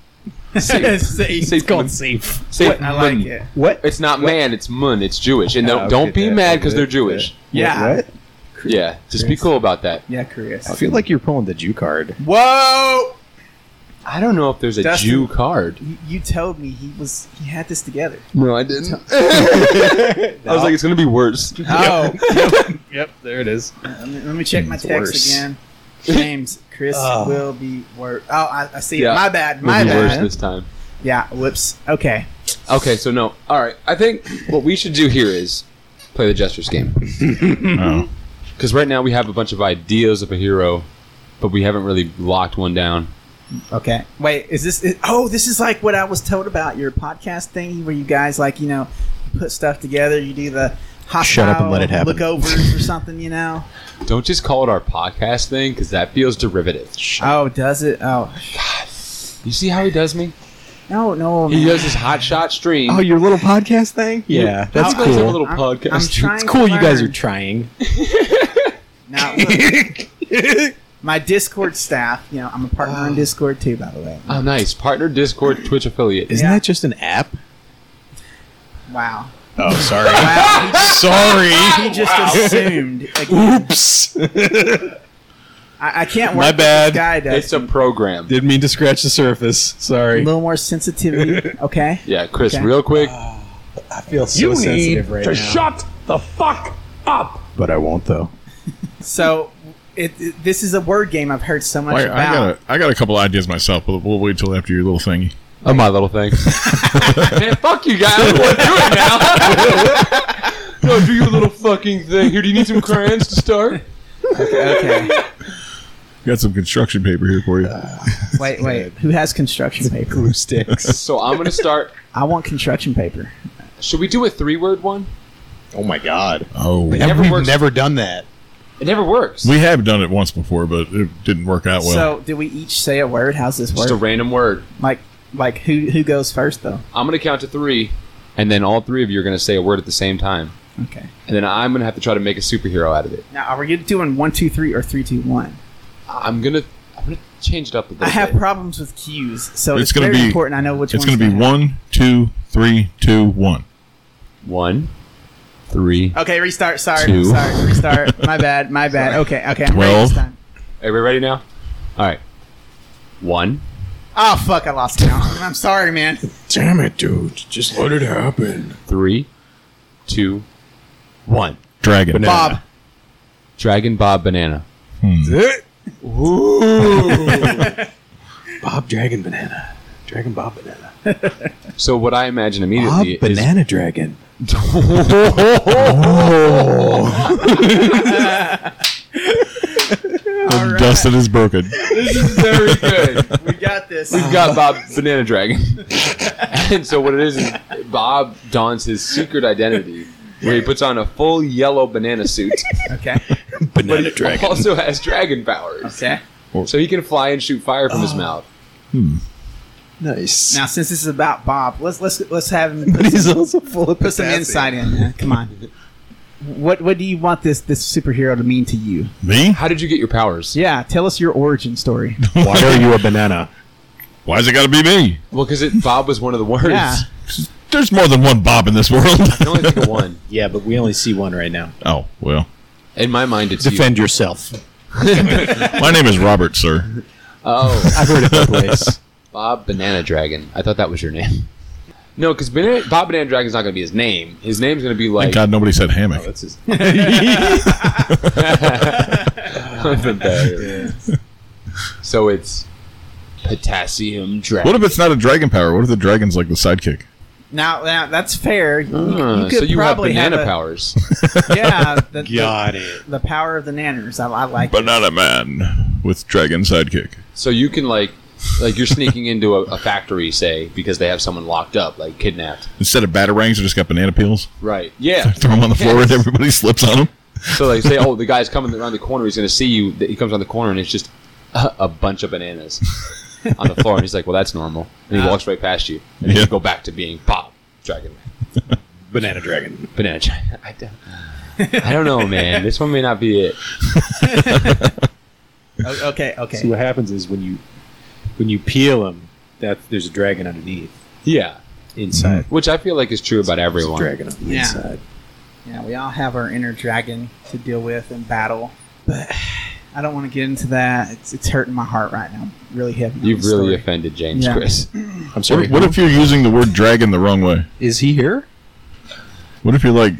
B: Safe.
A: Safe mun.
C: safe.
A: Safe
B: I like
A: mun.
B: it.
C: What?
A: It's not man, it's mun. It's Jewish. And
C: Yeah,
A: don't,
C: okay,
A: don't be
C: that-
A: mad
C: that-
A: because they're
C: that-
A: Jewish.
B: Yeah.
C: What?
A: Yeah, just be cool about that.
B: Yeah, Chris.
C: I feel like you're pulling the Jew card.
B: Whoa!
A: I don't know if there's a
B: Dustin-
A: Jew card.
B: You, you told me he was. He had this together.
A: No, I didn't. I was like, it's going to be worse.
B: Oh.
C: Yep, there it is.
B: let, me, let me check my
C: It's
B: text
C: worse.
B: again. James, Chris
C: Oh.
B: will be worse. Oh, I, I see.
A: Yeah.
B: My bad.
A: It'll
B: My
A: be worse
B: bad.
A: this time.
B: Yeah. Whoops. Okay.
A: Okay, so no. All right. I think what we should do here is play the Jester's game.
D: Oh.
A: Because right now we have a bunch of ideas of a hero, but we haven't really locked one down.
B: Okay. Wait. Is this? Is, oh, this is like what I was told about your podcast thingy, where you guys like you know put stuff together. You do the hostile
C: Shut up and let it happen.
B: Look overs or something. You know.
A: Don't just call it our podcast thing, because that feels derivative.
B: Oh, does it? Oh,
A: You see how he does me?
B: no, no.
A: He
B: man.
A: does his hot shot stream.
C: Oh, your little podcast thing? Yeah, that's
A: You guys have a
C: cool.
A: little
B: I'm-
A: podcast.
B: I'm trying-
C: It's cool you guys are
B: learn.
C: trying.
B: Now, look, my Discord staff. You know, I'm a partner on Discord too, by the way.
A: Oh, nice partner Discord Twitch affiliate.
C: Isn't
B: Yeah.
C: that just an app?
B: Wow.
E: Oh, sorry.
B: Wow.
E: sorry.
A: Oh,
B: He just assumed. Again,
C: Oops.
B: I, I can't work.
E: My
B: with
E: bad.
B: This guy does.
A: It's a program.
C: Didn't mean to scratch the surface.
B: a
C: Sorry.
B: little more sensitivity. Okay.
A: Yeah, Chris,
B: Okay.
A: real quick.
C: I feel so sensitive right now.
E: the fuck up.
C: but I won't though.
B: So, it, it- this is a word game I've heard so much
D: Wait, I
B: about.
D: got a, I got a couple ideas myself, but we'll wait till after your little thingy.
A: Oh, my little thing. Man, fuck you guys. I don't want to do it now. no, do your little fucking thing. Here, do you need some crayons to start?
B: Okay.
D: Got some construction paper here for you.
B: Wait, wait. Who has construction paper?
C: sticks.
A: So I'm gonna start.
B: I want construction paper.
A: Should we do a three-word one?
E: Oh my god.
D: oh,
A: never
E: We've
A: works.
E: never done that.
A: It never works.
D: we have done it once before, but it didn't work out well.
B: so, do we each say a word? How's this work?
A: Just a random word.
B: like, like who who goes first though?
A: I'm gonna count to three, and then all three of you are gonna say a word at the same time,
B: Okay.
A: and then I'm gonna have to try to make a superhero out of it.
B: Now, are we doing one, two, three, or three, two, one?
A: I'm gonna, I'm gonna change it up a little
B: I have
A: bit.
B: problems with cues, so
D: It's
B: it's,
D: gonna
B: very
D: be-
B: important. I know which
D: it's
B: one's
D: going to be one, two, three, two, one.
A: One, three.
B: Okay, restart. Sorry,
A: Two.
B: sorry, restart. My bad, my bad. Okay, okay. I'm ready
D: Twelve.
B: this time.
A: Are we ready now? All right. One.
B: Oh fuck, I lost count. I'm sorry, man.
E: Damn it, dude. Just let it happen.
A: three, two,
E: One.
D: Dragon.
B: Bob.
A: Dragon Bob Banana.
C: Bob Dragon Banana. Dragon Bob Banana.
A: So what I imagine immediately is
E: dragon.
D: And Dustin is broken.
A: this is very good.
B: We got this.
A: We've got Bob Banana Dragon. and so what it is is Bob dons his secret identity where he puts on a full yellow banana suit.
B: okay.
E: Banana
A: He also has dragon powers.
B: Okay.
A: So he can fly and shoot fire from his
B: Oh.
A: mouth.
E: Nice.
B: Now, since this is about Bob, let's let's let's have him put,
C: he's also full of
B: put some insight in. man. Come on. What what do you want this this superhero to mean to you?
D: Me?
A: How did you get your powers?
B: Yeah, tell us your origin story.
C: Why are you a banana?
D: Why's it got to be me?
A: Well, because Bob was one of the words.
B: yeah.
D: There's more than one Bob in this world.
A: I only think of one.
E: Yeah, but we only see one right now.
D: oh, well.
A: In my mind, it's you.
C: Defend yourself.
D: My name is Robert, sir.
A: Oh,
C: I've heard of that place.
A: Bob Banana Dragon. I thought that was your name. No, because Banana, Bob Banana Dragon's not going to be his name. His name's going to be like.
D: Thank God nobody said hammock.
A: That's his. Embarrassed. So it's potassium dragon.
D: What if it's not a dragon power? What if the dragon's like the sidekick?
B: Now, now that's fair. You,
A: Ah,
B: you could
A: so you have
B: probably
A: banana
B: a-
A: powers.
B: Yeah, the, the,
E: it.
B: the power of the nanners. I, I like. it.
D: Banana Man with dragon sidekick.
A: so you can like, like you're sneaking into a, a factory, say, because they have someone locked up, like kidnapped.
D: Instead of batarangs, they just got banana peels.
A: Right. Yeah.
D: Throw them on the floor and everybody slips on them.
A: So they say, oh, the guy's coming around the corner. He's going to see you. He comes around the corner, and it's just a, a bunch of bananas on the floor. And he's like, well, that's normal. And
B: Ah.
A: he walks right past you, and then
D: Yeah.
A: you go back to being pop dragon.
E: Banana dragon.
A: banana giant. I don't, I don't know, man. This one may not be it.
B: O- Okay,
E: See
B: okay.
E: what happens is when you when you peel them, that there's a dragon underneath
A: Yeah,
C: Mm-hmm.
E: inside.
A: which I feel like is true about
E: There's a
A: everyone.
E: dragon on the
B: Yeah.
E: inside.
B: Yeah, we all have our inner dragon to deal with and battle, but I don't want to get into that. It's it's hurting my heart right now. Really heavy. on
A: You've
B: this
A: really
B: story.
A: offended James,
B: Yeah.
A: Chris.
E: I'm
D: What,
E: sorry.
D: what if you're using the word dragon the wrong way?
E: is he here?
D: What if you're like,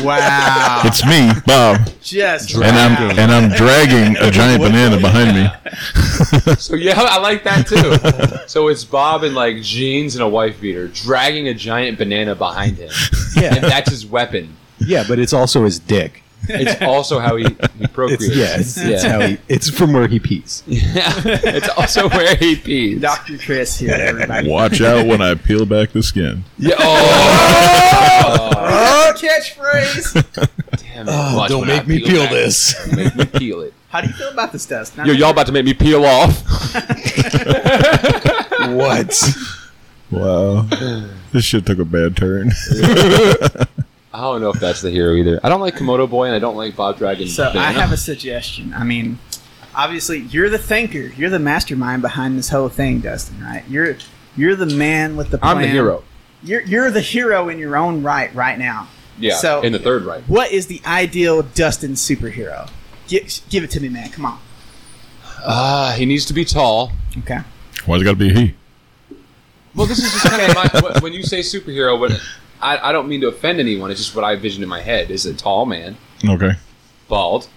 B: Wow.
D: it's me, Bob,
B: Just
D: and I'm and I'm dragging a giant banana behind me?
A: So yeah, I like that too. so it's Bob in like jeans and a wife beater, dragging a giant banana behind him, and
C: Yeah,
A: that's his weapon.
C: yeah, but it's also his dick.
A: It's also how he, he procreates.
C: It's yeah, it's, it's
A: Yeah.
C: how he. It's from where he pees.
A: Yeah. It's also where he pees.
B: Dr. Chris here, everybody.
D: Watch out when I peel back the skin.
A: Yeah. Oh,
B: Oh, catchphrase!
A: damn it.
C: Oh,
A: Watch when I back.
C: this.
A: Make me peel it.
B: How do you feel about this, Dustin?
A: Yo, y'all about to make me peel off.
C: what?
D: Wow, this shit took a bad turn.
A: I don't know if that's the hero either. I don't like Komodo Boy and I don't like Bob Dragon.
B: So I
A: Banana.
B: have a suggestion. I mean, obviously, you're the thinker. You're the mastermind behind this whole thing, Dustin. Right? You're you're the man with the plan.
A: I'm the hero.
B: You're you're the hero in your own right right now.
A: Yeah.
B: So-
A: in the third right.
B: What is the ideal Dustin superhero? Give, give it to me, man. Come on.
A: Ah, he needs to be tall.
B: Okay.
D: Why's it got to be he?
A: Well, this is just kind of my, what- when you say superhero. What I, I don't mean to offend anyone. It's just what I envision in my head is a tall man,
D: Okay,
A: bald,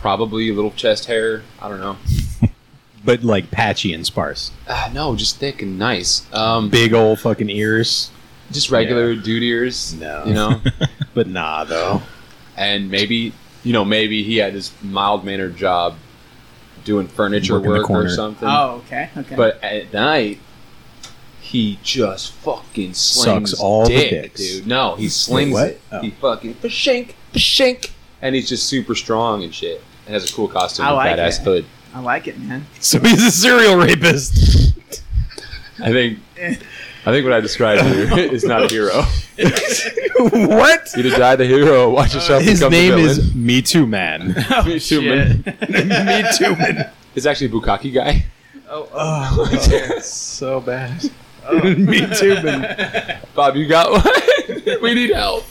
A: probably a little chest hair. I don't know.
E: But like patchy and sparse.
A: Ah, no, just thick and nice. Um,
E: Big old fucking ears.
A: just regular dude ears.
E: No.
A: You know,
E: But nah though.
A: and maybe you know maybe he had this mild mannered job doing furniture
E: Work in the
A: work or
E: corner.
A: something.
B: Oh, okay. Okay.
A: But at night, he just fucking slings
E: Sucks all the
A: dick,
E: dicks.
A: dude. No, he slings
E: what?
A: it.
E: Oh.
A: He fucking pashink, pashink, and he's just super strong and shit. And has a cool costume,
B: I
A: and
B: like
A: badass
B: it.
A: hood.
B: I like it, man.
E: So he's a serial rapist.
A: I think. I think what I described here is not a hero.
E: what?
A: Either die the hero or watch
B: Uh,
A: yourself
C: His
A: become
C: name
A: the villain. Oh,
C: is Me Too Man.
A: Me Too
B: Oh,
A: Man.
E: Me too. Man.
A: It's actually Bukaki guy.
B: Oh,
E: so bad. Me too. Man.
A: Bob, you got one? we need help.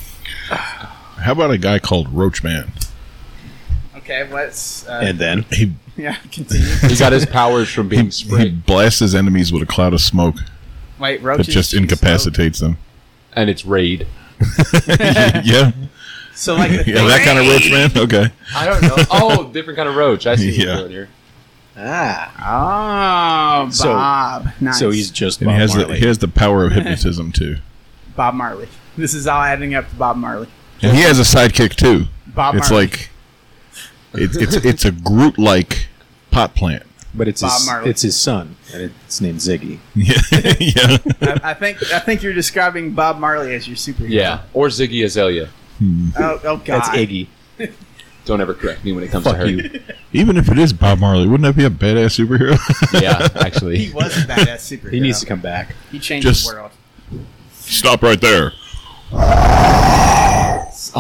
D: how about a guy called Roach Man?
B: okay. What's uh,
E: And then
D: He
B: yeah? Continue.
A: He got his powers from
D: he,
A: being
D: he
A: sprayed.
D: blasts his enemies with a cloud of smoke
B: Wait,
D: that
B: roaches.
D: just incapacitates them.
A: And it's Raid.
D: yeah,
B: So, so like, the
D: yeah, that kind of Roach Man. Okay,
A: I don't know. Oh, different kind of roach. I see what
D: Yeah.
A: you're doing here.
C: Ah.
B: Oh,
C: So-
B: Bob. nice.
C: So he's just
D: And
C: Bob
D: he has the,
C: Marley.
D: he has the power of hypnotism too.
B: Bob Marley. This is all adding up to Bob Marley.
D: And he has a sidekick too.
B: Bob
D: it's
B: Marley.
D: like it's it's it's a Groot like pot plant.
C: but it's
B: Bob
C: his,
B: Marley.
C: it's his son, and it's named Ziggy.
D: Yeah, yeah.
B: I, I think I think you're describing Bob Marley as your superhero.
A: Yeah, or Ziggy Azalea.
B: Oh, oh God.
C: That's Iggy.
A: Don't ever correct me when it comes
C: Fuck
A: to her.
C: you.
D: Even if it is Bob Marley, wouldn't that be a badass superhero?
A: Yeah,
B: He
A: actually.
B: was a badass superhero.
C: He needs to come back.
B: He changed
D: Just-
B: the world.
D: Stop right there.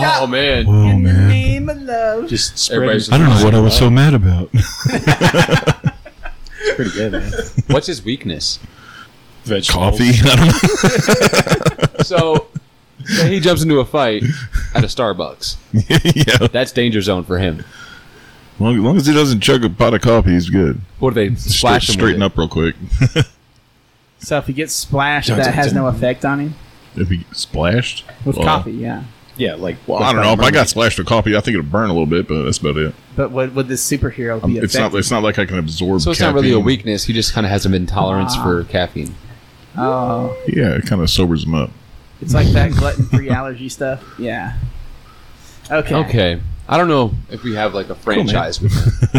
A: Oh man.
D: Oh
B: In the name of love.
C: Just spread.
A: Everybody's
C: His,
D: I don't know what I was so mad about.
C: it's pretty good, man.
A: What's his weakness?
D: Coffee. I don't know.
A: So, say he jumps into a fight at a Starbucks.
D: yeah.
A: That's danger zone for him.
D: Long, long as he doesn't chug a pot of coffee, he's good.
A: What do they
D: Straight,
A: splash him
D: straighten
A: with
D: up real quick.
B: So if he gets splashed,
C: Dun,
B: that
C: dun,
B: has
C: dun.
B: no effect on him
D: if he gets splashed
B: with
D: Well,
B: coffee. Yeah.
C: Yeah, like.
D: Well, I don't know. If I got splashed with coffee, I think it'll burn a little bit, but that's about it.
B: But would would this superhero
D: Um,
B: be
D: it's not.
B: affected?
D: It's not like I can absorb.
A: So it's not really a
D: caffeine.
A: weakness. He just kind of has an intolerance for caffeine.
B: oh,
D: Yeah, it kind of sobers him up.
B: it's like that gluten-free allergy stuff. Yeah. Okay.
A: Okay. I don't know if we have like a franchise with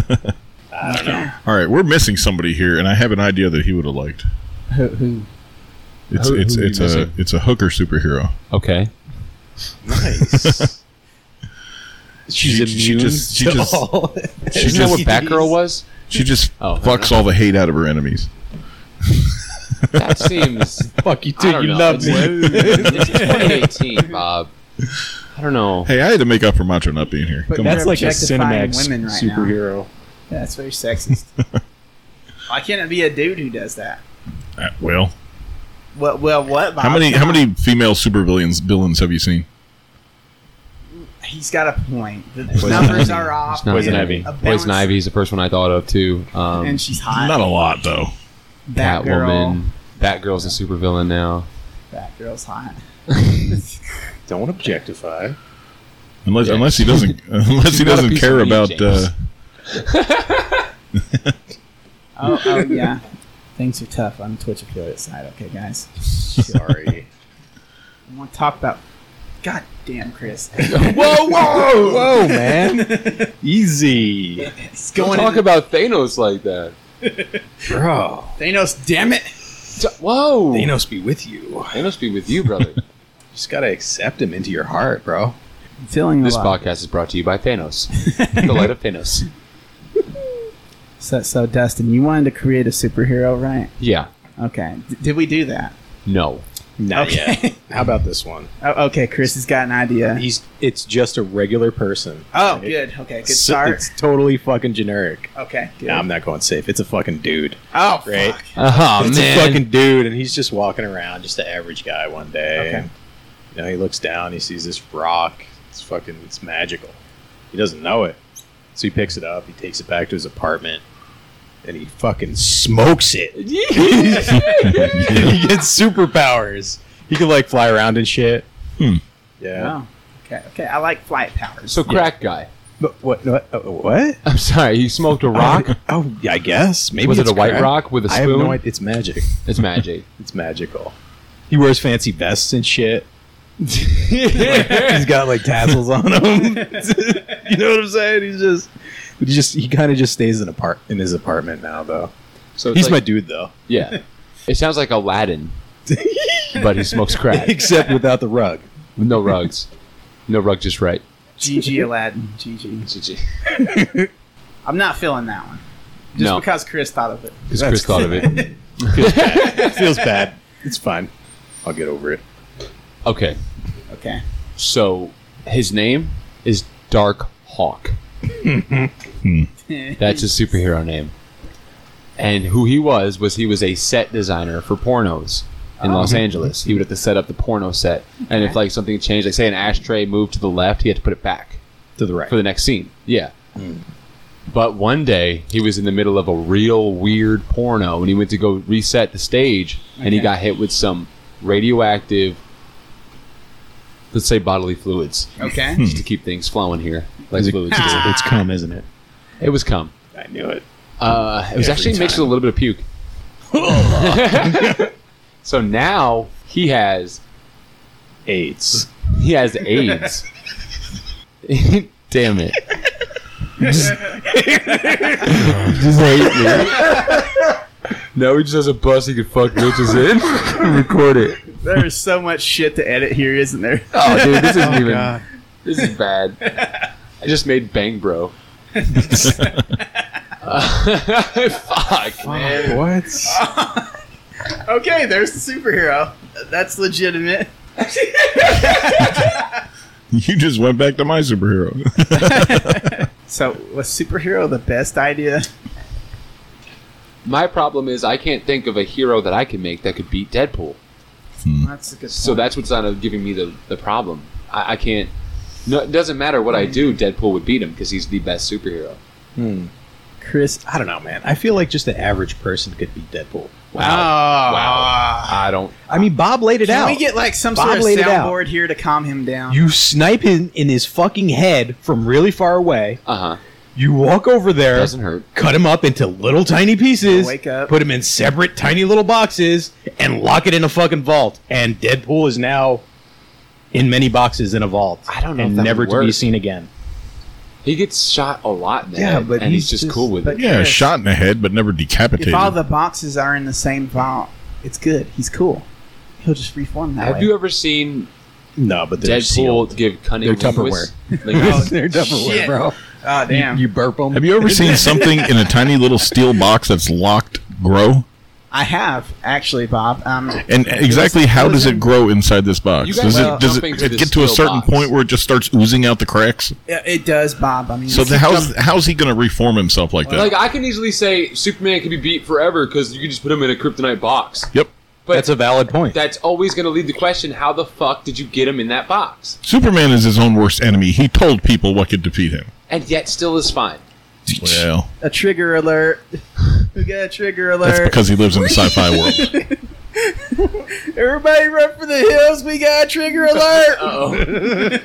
A: him.
D: All right, we're missing somebody here, and I have an idea that he would have liked.
B: Who, who?
D: It's
A: Who-
D: it's
A: who are you
D: it's a
A: missing?
D: it's a hooker superhero.
A: Okay.
C: Nice. She's
D: She-
C: immune
D: she just- she
C: to
D: just-
C: all.
D: She
A: Isn't that what
D: just
A: Batgirl was?
D: she just
A: Oh.
D: fucks all the hate out of her enemies.
A: That seems.
C: Fuck you,
A: I
C: too.
A: don't
C: You
A: know.
C: love me.
A: It's 2018, Bob. I don't know.
D: Hey, I had to make up for Macho not being here.
B: But
D: Come
B: that's-
D: on.
C: That's like a
B: objectifying
C: Cinemax
B: women right now.
C: superhero.
B: Yeah, that's very sexist. Why can't it be a dude who does that?
D: Uh, well,
B: Well, well, what? Bob?
D: how many how many female supervillains villains have you seen?
B: He's got a point. The numbers are off.
A: It's not
C: Poison
A: gonna
C: Ivy.
A: be.
B: A balance-
A: Poison Ivy is the first one I thought of too. Um,
B: and she's hot.
D: Not a lot though.
B: Batgirl.
A: Batwoman. Batgirl's a supervillain now.
B: Batgirl's hot.
C: Don't objectify.
D: Unless
A: Yeah.
D: unless he doesn't unless he
A: Not a
D: doesn't
A: piece
D: care
A: of meat,
D: about.
A: James.
D: Uh,
B: Oh, oh yeah. Things are tough on the Twitch affiliate side. Okay, guys.
C: Sorry.
B: I want to talk about. God damn, Chris.
A: whoa, whoa,
C: Whoa, man. Easy.
B: He's
A: Don't
B: going
A: talk about Thanos like that.
C: Bro.
B: Thanos. Damn it.
A: T- Whoa.
C: Thanos be with you.
A: Thanos be with you, brother.
C: Just gotta accept him into your heart, bro.
B: I'm feeling
A: this
B: a lot.
A: podcast is brought to you by Thanos. the light of Thanos.
B: So, so, Dustin, you wanted to create a superhero, right?
A: Yeah.
B: Okay. D- did we do that?
A: No.
C: Not
B: Okay.
C: yet. How about this one?
B: Oh, okay, Chris has got an idea.
C: He's it's just a regular person.
B: Oh,
C: Right?
B: good. Okay, good
C: It's-
B: start.
C: It's totally fucking generic.
B: okay, good.
C: No, I'm not going safe. It's a fucking dude.
B: oh,
C: Right?
B: fuck.
A: Oh,
C: it's a fucking dude, and he's just walking around, just an average guy one day.
B: Okay.
C: And, you know, he looks down, he sees this rock. It's fucking, it's magical. He doesn't know it, so he picks it up. He takes it back to his apartment, and he fucking smokes it. he gets superpowers. He can like fly around and shit.
D: Hmm.
C: Yeah.
B: Oh, okay, okay. I like flight powers.
A: so crack guy.
C: But what? What? uh, what?
A: I'm sorry. He smoked a rock.
C: Oh, yeah, I guess maybe
A: was it
C: it's
A: a white
C: crack.
A: rock with a
C: I have
A: spoon?
C: no idea. It's magic.
A: It's magic.
C: It's magical. He wears fancy vests and shit. He's got like tassels on him. you know what I'm saying? He's just, but he just he kind of just stays in apart in his apartment now though.
A: so it's
C: He's my
A: like-
C: dude though,
A: Yeah. It sounds like Aladdin, but he smokes crack.
C: except without the rug.
A: With no rugs. No rug, just right.
B: GG Aladdin. GG.
A: GG.
B: I'm not feeling that one. Just
A: No,
B: because Chris thought of it.
A: because Chris thought of it.
C: Feels bad. It's fine. I'll get over it.
A: Okay.
B: Okay.
A: So his name is Dark Hawk. That's his superhero name. And who he was was he was a set designer for pornos in Los Angeles. He would have to set up the porno set, and if like something changed, like say an ashtray moved to the left, he had to put it back
C: To the right.
A: for the next scene. Yeah. But one day he was in the middle of a real weird porno, and he went to go reset the stage, and he
B: Okay.
A: got hit with some radioactive, let's say bodily fluids
B: Okay.
C: Mm-hmm.
A: just to keep things flowing here, like
C: Is it-
A: fluids do.
C: it's, it's cum, isn't it?
A: It was cum.
C: I knew it.
A: Uh, it was
E: Every
A: actually mixed with a little bit of puke. so now he has
E: AIDS.
A: he has AIDS. Damn it!
C: Just hate me.
A: Now he just has a bus he can fuck bitches in and record it.
B: There's so much shit to edit here, isn't there?
A: Oh, dude, this isn't
B: Oh,
A: even.
B: God.
A: This is bad. I just made Bang Bro. Fuck, man.
C: what?
B: Okay, there's the superhero. That's legitimate.
D: You just went back to my superhero.
B: So, was superhero the best idea?
A: My problem is I can't think of a hero that I can make that could beat Deadpool.
B: That's a good.
A: So that's what's kind of giving me the, the problem. I, I can't. No, it doesn't matter what I do. Deadpool would beat him because he's the best superhero.
E: Chris, I don't know, man. I feel like just the average person could beat Deadpool.
A: Wow. I don't.
C: I mean, Bob laid it
B: Can
C: out.
B: we get like some
C: Bob
B: sort of
C: laid it out.
B: soundboard here to calm him down?
C: you snipe him in his fucking head from really far away.
A: Uh huh.
C: You walk over there.
A: Doesn't hurt.
C: cut him up into little tiny pieces,
B: Wake up.
C: put him in separate tiny little boxes, and lock it in a fucking vault. And Deadpool is now in many boxes in a vault.
A: I don't know
C: And
A: if that would
C: never to be
A: work.
C: seen again.
A: He gets shot a lot in the
C: Yeah,
A: head,
C: but
A: and he's,
C: he's
A: just,
C: just-
A: cool with
B: but-
A: it.
D: yeah,
B: Yes.
D: shot in the head, but never
B: if
D: decapitated.
B: all the boxes are in the same vault, it's good. He's cool. He'll just reform that
A: Have
B: way.
A: you ever seen
E: No, but they're
A: Deadpool
E: sealed.
A: give cunning
C: They're Tupperware.
A: linguists- linguists-
C: They're
B: Shit.
C: bro.
B: oh damn!
C: You burp them.
D: Have you ever seen something in a tiny little steel box that's locked grow?
B: I have actually, Bob. Um,
D: And exactly how does it grow inside this box?
A: You guys
D: Does
A: keep
D: it does it,
A: jumping to
D: it
A: this
D: get to a
A: steel
D: certain
A: box.
D: point where it just starts oozing out the cracks?
B: yeah, it does, Bob. I mean,
D: So the, how's how's he going to reform himself like that?
A: Like I can easily say Superman can be beat forever because you can just put him in a kryptonite box.
D: yep.
A: But
C: That's a valid point.
A: that's always going to lead the question: How the fuck did you get him in that box?
D: Superman is his own worst enemy. He told people what could defeat him.
A: And yet still is fine.
D: Well,
B: a trigger alert. we got a trigger
D: that's
B: alert.
D: because he lives in the sci-fi world.
B: Everybody run for the hills. We got a trigger alert.
A: Oh,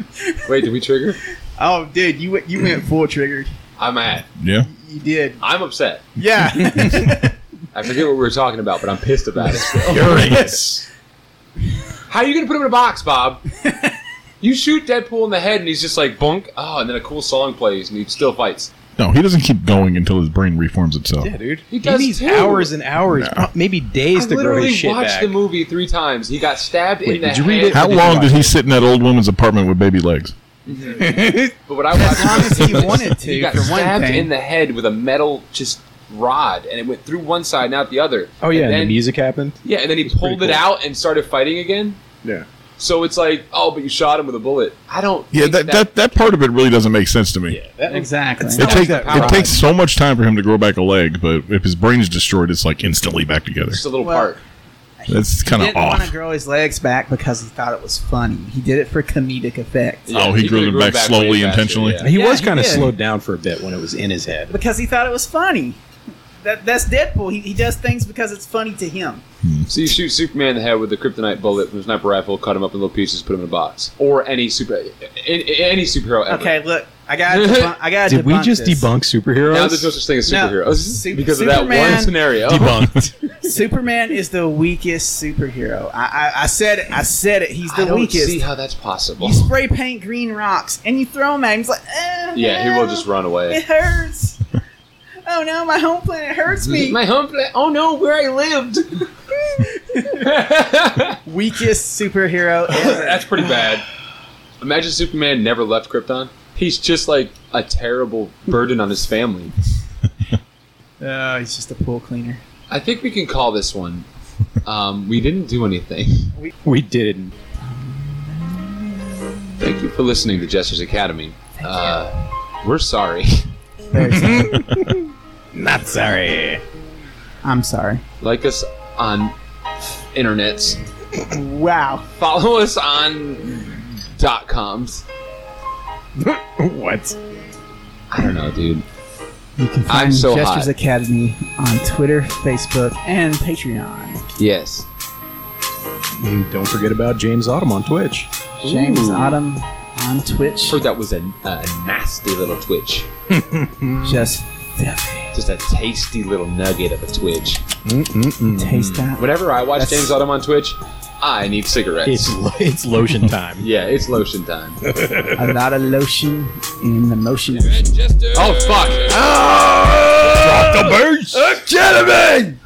A: wait, did we trigger?
B: oh, dude, you went you went full triggered.
A: I'm at.
D: Yeah.
B: You did.
A: I'm upset.
B: Yeah.
A: I forget what we were talking about, but I'm pissed about it.
D: Furious.
A: How are you going to put him in a box, Bob? You shoot Deadpool in the head, and he's just like bunk. Oh, and then a cool song plays, and he still fights.
D: No, he doesn't keep going until his brain reforms itself.
E: yeah, dude.
A: He
C: He,
A: does
C: needs
A: too.
C: hours and hours,
D: No.
C: maybe days
A: I
C: to grow his
A: literally
C: shit
A: watched
C: back.
A: the movie three times. He got stabbed in
C: Wait,
A: the
C: did you
A: head.
C: read it?
D: How
C: Did you
D: long
C: watch
D: did he
C: it?
D: sit in that old woman's apartment with baby legs?
A: But what I watched,
B: long as he wanted to,
A: he got
B: for one
A: stabbed
B: thing.
A: in the head with a metal just rod, and it went through one side, not the other.
C: Oh
A: and
C: yeah, and,
A: then,
C: the music happened.
A: yeah, and then he pulled it
C: pretty
A: out and started fighting again.
E: Yeah.
A: So it's like, oh, but you shot him with a bullet. I don't.
D: Yeah,
A: think
D: that, that, that part of it really doesn't make sense to me.
E: That one's
B: exactly.
D: It, takes
C: that
D: it
C: rod.
D: takes so much time for him to grow back a leg, but if his brain's destroyed, it's like instantly back together.
A: just a little
B: Well,
A: part.
D: That's kind
B: He
D: of
B: didn't want to
D: off.
B: grow his legs back because he thought it was funny. He did it for comedic effect.
A: Yeah,
D: oh, he grew
A: could've
D: them back
A: way
D: slowly,
A: faster,
D: intentionally?
A: yeah.
C: He
B: Yeah,
C: was
B: he
C: kind of
B: did.
C: slowed
E: slowed down for a bit when it was in his head.
B: Because he thought it was funny. That that's Deadpool. He, he does things because it's funny to him.
A: So you shoot Superman in the head with a kryptonite bullet from a sniper rifle, cut him up in little pieces, put him in a box, or any super, any, any superhero. Ever.
B: Okay, look, I got debunk, I got
C: Did we just
B: this.
C: debunk superheroes?
A: Now there's no such thing as
B: No.
A: superheroes
B: Su-
A: because of that one
B: Superman-
A: scenario.
C: Debunked.
B: Superman is the weakest superhero. I, I, I said it. I said it. He's the
A: I don't
B: weakest.
A: see how that's possible.
B: You spray paint green rocks and you throw them at him. He's like, eh,
A: Yeah, he will
B: well,
A: just run
B: It
A: away.
B: hurts. oh no, my home planet hurts me.
A: My home planet. Oh no, where I lived.
B: weakest superhero ever.
A: That's pretty bad. Imagine Superman never left Krypton. He's just like a terrible burden on his family.
B: oh, he's just a pool cleaner.
A: I think we can call this one. Um, we didn't do anything.
C: we didn't.
A: Thank you for listening to Jester's Academy. Uh, we're sorry.
E: Not sorry.
B: I'm sorry.
A: Like us on internets.
B: Wow.
A: Follow us on dot coms.
E: what?
A: I don't know, dude.
B: You can
A: I'm
B: find
A: so
B: Gestures
A: hot.
B: Academy on Twitter, Facebook, and Patreon.
A: Yes.
C: And don't forget about James Autumn on Twitch.
B: James Autumn on Twitch.
A: Heard that was a, a nasty little twitch.
B: Just filthy.
A: just a tasty little nugget of a Twitch. Mm.
B: Taste that.
A: Whenever I watch
B: That's-
A: James Autumn on Twitch, I need cigarettes.
C: It's lo- it's lotion time.
A: yeah, it's lotion time.
B: A lot of lotion in the motion.
A: oh fuck!
D: Drop the bass!
A: Gentlemen!